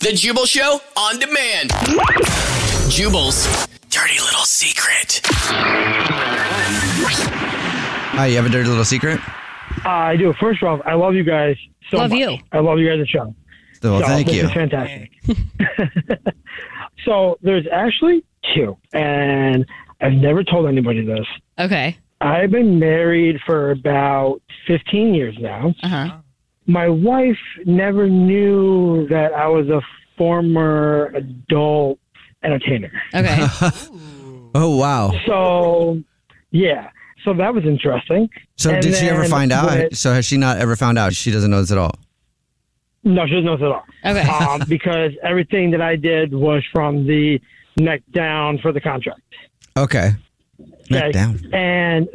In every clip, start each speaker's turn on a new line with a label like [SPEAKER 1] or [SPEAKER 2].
[SPEAKER 1] The Jubal Show on demand. Jubal's dirty little secret.
[SPEAKER 2] Hi, you have a dirty little secret?
[SPEAKER 3] Uh, I do. First off, I love you guys so
[SPEAKER 4] Love
[SPEAKER 3] much.
[SPEAKER 4] you.
[SPEAKER 3] I love you guys at show.
[SPEAKER 2] Well,
[SPEAKER 3] So,
[SPEAKER 2] thank
[SPEAKER 3] this
[SPEAKER 2] you.
[SPEAKER 3] is fantastic. so there's actually two, and I've never told anybody this.
[SPEAKER 4] Okay.
[SPEAKER 3] I've been married for about 15 years now.
[SPEAKER 4] Uh huh.
[SPEAKER 3] My wife never knew that I was a former adult entertainer.
[SPEAKER 4] Okay.
[SPEAKER 2] Oh wow!
[SPEAKER 3] So, yeah. So that was interesting.
[SPEAKER 2] So
[SPEAKER 3] And
[SPEAKER 2] did she ever
[SPEAKER 3] then
[SPEAKER 2] find out?
[SPEAKER 3] what-
[SPEAKER 2] So has she not ever found out? She doesn't know this at all.
[SPEAKER 3] No, she doesn't know this at all.
[SPEAKER 4] Okay.
[SPEAKER 3] um, because everything that I did was from the neck down for the contract.
[SPEAKER 2] Okay. Neck down.
[SPEAKER 3] And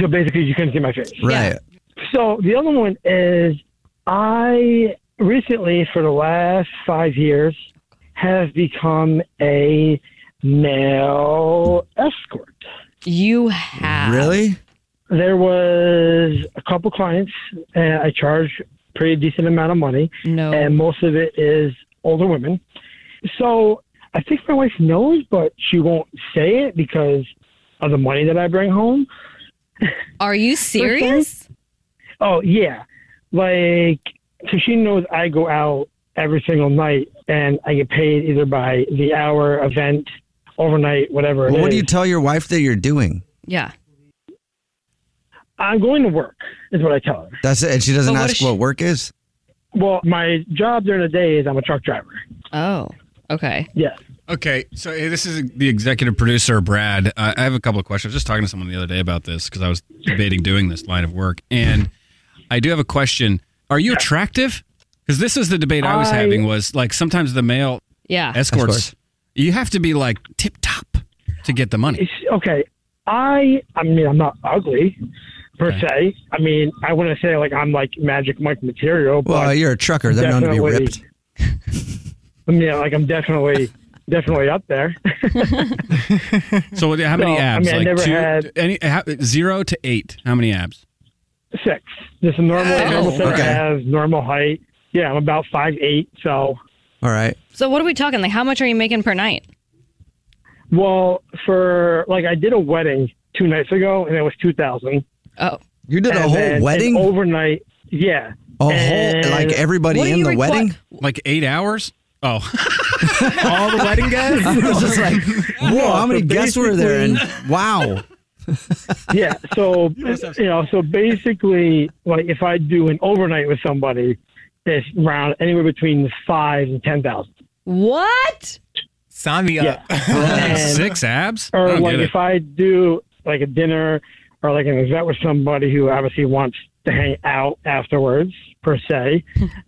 [SPEAKER 3] so basically, you couldn't see my face.
[SPEAKER 2] Right.
[SPEAKER 3] So the other one is I recently, for the last five years, have become a male escort.
[SPEAKER 4] You have.
[SPEAKER 2] Really?
[SPEAKER 3] There was a couple clients, and I charge pretty decent amount of money.
[SPEAKER 4] No.
[SPEAKER 3] and most of it is older women. So I think my wife knows, but she won't say it because of the money that I bring home.
[SPEAKER 4] Are you serious?
[SPEAKER 3] Oh yeah, like so she knows I go out every single night and I get paid either by the hour, event, overnight, whatever. it
[SPEAKER 2] Well, what do
[SPEAKER 3] is.
[SPEAKER 2] you tell your wife that you're doing?
[SPEAKER 4] Yeah.
[SPEAKER 3] I'm going to work is what I tell her.
[SPEAKER 2] That's it. And she doesn't
[SPEAKER 4] But what
[SPEAKER 2] ask
[SPEAKER 4] if she-
[SPEAKER 2] what work is.
[SPEAKER 3] Well, my job during the day is I'm a truck driver.
[SPEAKER 4] Oh. Okay.
[SPEAKER 3] Yes.
[SPEAKER 5] Okay, so hey, this is the executive producer, Brad. Uh, I I have a couple of questions. I was just talking to someone the other day about this because I was debating doing this line of work, and I do have a question. Are you attractive? Because this is the debate I was
[SPEAKER 3] I-
[SPEAKER 5] having was like sometimes the male
[SPEAKER 4] Yeah.
[SPEAKER 5] escorts,
[SPEAKER 2] Escorts.
[SPEAKER 5] you have to be like tip top to get the money.
[SPEAKER 3] It's- okay. I I mean I'm not ugly per se. I mean I wouldn't say like I'm like magic Mike material, but
[SPEAKER 2] Well, you're a trucker. They're known to be
[SPEAKER 3] definitely-
[SPEAKER 2] ripped.
[SPEAKER 3] I mean like I'm definitely definitely up there.
[SPEAKER 5] So how many
[SPEAKER 3] No, I
[SPEAKER 5] abs?
[SPEAKER 3] mean, I
[SPEAKER 5] like
[SPEAKER 3] never
[SPEAKER 5] two,
[SPEAKER 3] had-
[SPEAKER 5] any how, zero to eight. How many abs?
[SPEAKER 3] Six. Just a normal
[SPEAKER 4] Oh,
[SPEAKER 3] normal set
[SPEAKER 2] okay.
[SPEAKER 3] of abs, normal height. Yeah, I'm about five eight, so
[SPEAKER 2] All right.
[SPEAKER 4] So what are we talking? Like, how much are you making per night?
[SPEAKER 3] well for like I did a wedding two nights ago and it was two thousand.
[SPEAKER 4] Oh.
[SPEAKER 2] You did a whole wedding, a
[SPEAKER 3] overnight yeah.
[SPEAKER 2] whole
[SPEAKER 3] and-
[SPEAKER 2] like everybody
[SPEAKER 4] What do
[SPEAKER 2] in
[SPEAKER 4] you
[SPEAKER 2] the
[SPEAKER 4] requi-
[SPEAKER 2] wedding.
[SPEAKER 5] Like eight hours? Oh, all the wedding guys.
[SPEAKER 2] It was just like, whoa! How many guests were there? And wow.
[SPEAKER 3] yeah. So you know, so basically, like if I do an overnight with somebody, it's around anywhere between five and ten thousand.
[SPEAKER 4] What?
[SPEAKER 6] Sign me
[SPEAKER 3] Yeah.
[SPEAKER 6] up.
[SPEAKER 5] Like
[SPEAKER 3] And-
[SPEAKER 5] six abs? Oh, I
[SPEAKER 3] Or
[SPEAKER 5] don't
[SPEAKER 3] like
[SPEAKER 5] get it.
[SPEAKER 3] if I do like a dinner or like an event with somebody who obviously wants to hang out afterwards per se,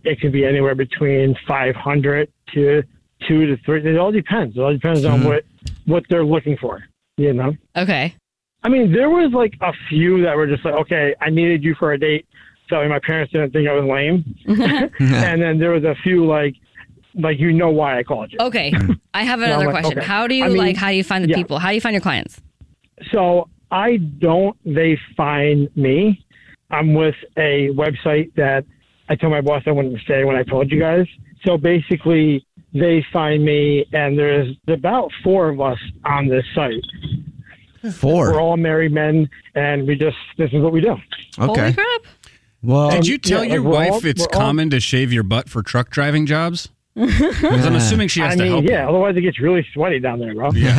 [SPEAKER 3] it could be anywhere between five hundred to two to three. It all depends. It all depends
[SPEAKER 5] Hmm.
[SPEAKER 3] on what what they're looking for. You know.
[SPEAKER 4] Okay.
[SPEAKER 3] I mean, there was like a few that were just like, okay, I needed you for a date. So my parents didn't think I was lame. and then there was a few like, like you know why I called you.
[SPEAKER 4] Okay. I have another
[SPEAKER 3] like,
[SPEAKER 4] question.
[SPEAKER 3] okay.
[SPEAKER 4] How do you
[SPEAKER 3] I mean,
[SPEAKER 4] like? How do you find the
[SPEAKER 3] yeah.
[SPEAKER 4] people? How do you find your clients?
[SPEAKER 3] So I don't. They find me. I'm with a website that I told my boss I wouldn't say when I told you guys. So basically, they find me, and there's about four of us on this site. We're
[SPEAKER 2] Four.
[SPEAKER 3] all married men, and we just this is what we do.
[SPEAKER 4] Holy
[SPEAKER 2] Okay.
[SPEAKER 4] crap!
[SPEAKER 2] Well,
[SPEAKER 5] Did you tell
[SPEAKER 3] yeah,
[SPEAKER 5] your
[SPEAKER 3] we're all-
[SPEAKER 5] wife it's
[SPEAKER 3] we're all-
[SPEAKER 5] common to shave your butt for truck driving jobs? 'Cause I'm assuming she has
[SPEAKER 3] I
[SPEAKER 5] to
[SPEAKER 3] mean,
[SPEAKER 5] help.
[SPEAKER 3] yeah.
[SPEAKER 5] you.
[SPEAKER 3] Otherwise, it gets really sweaty down there, bro. Yeah.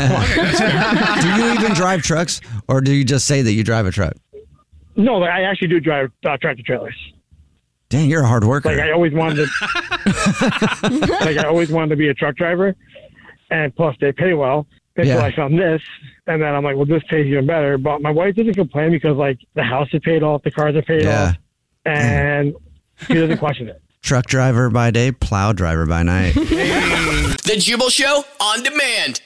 [SPEAKER 2] do you even drive trucks, or do you just say that you drive a truck?
[SPEAKER 3] No, like, I actually do drive uh, tractor trailers.
[SPEAKER 2] Dang, you're a hard worker.
[SPEAKER 3] Like I always wanted to, like I always wanted to be a truck driver, and plus they pay well. Until
[SPEAKER 2] Yeah.
[SPEAKER 3] I found this, and then I'm like, well, this pays even better. But my wife doesn't complain because like the house is paid off, the cars are paid
[SPEAKER 2] yeah. Mm.
[SPEAKER 3] off, and she doesn't question it.
[SPEAKER 2] Truck driver by day, plow driver by night.
[SPEAKER 1] The Jubal Show on demand.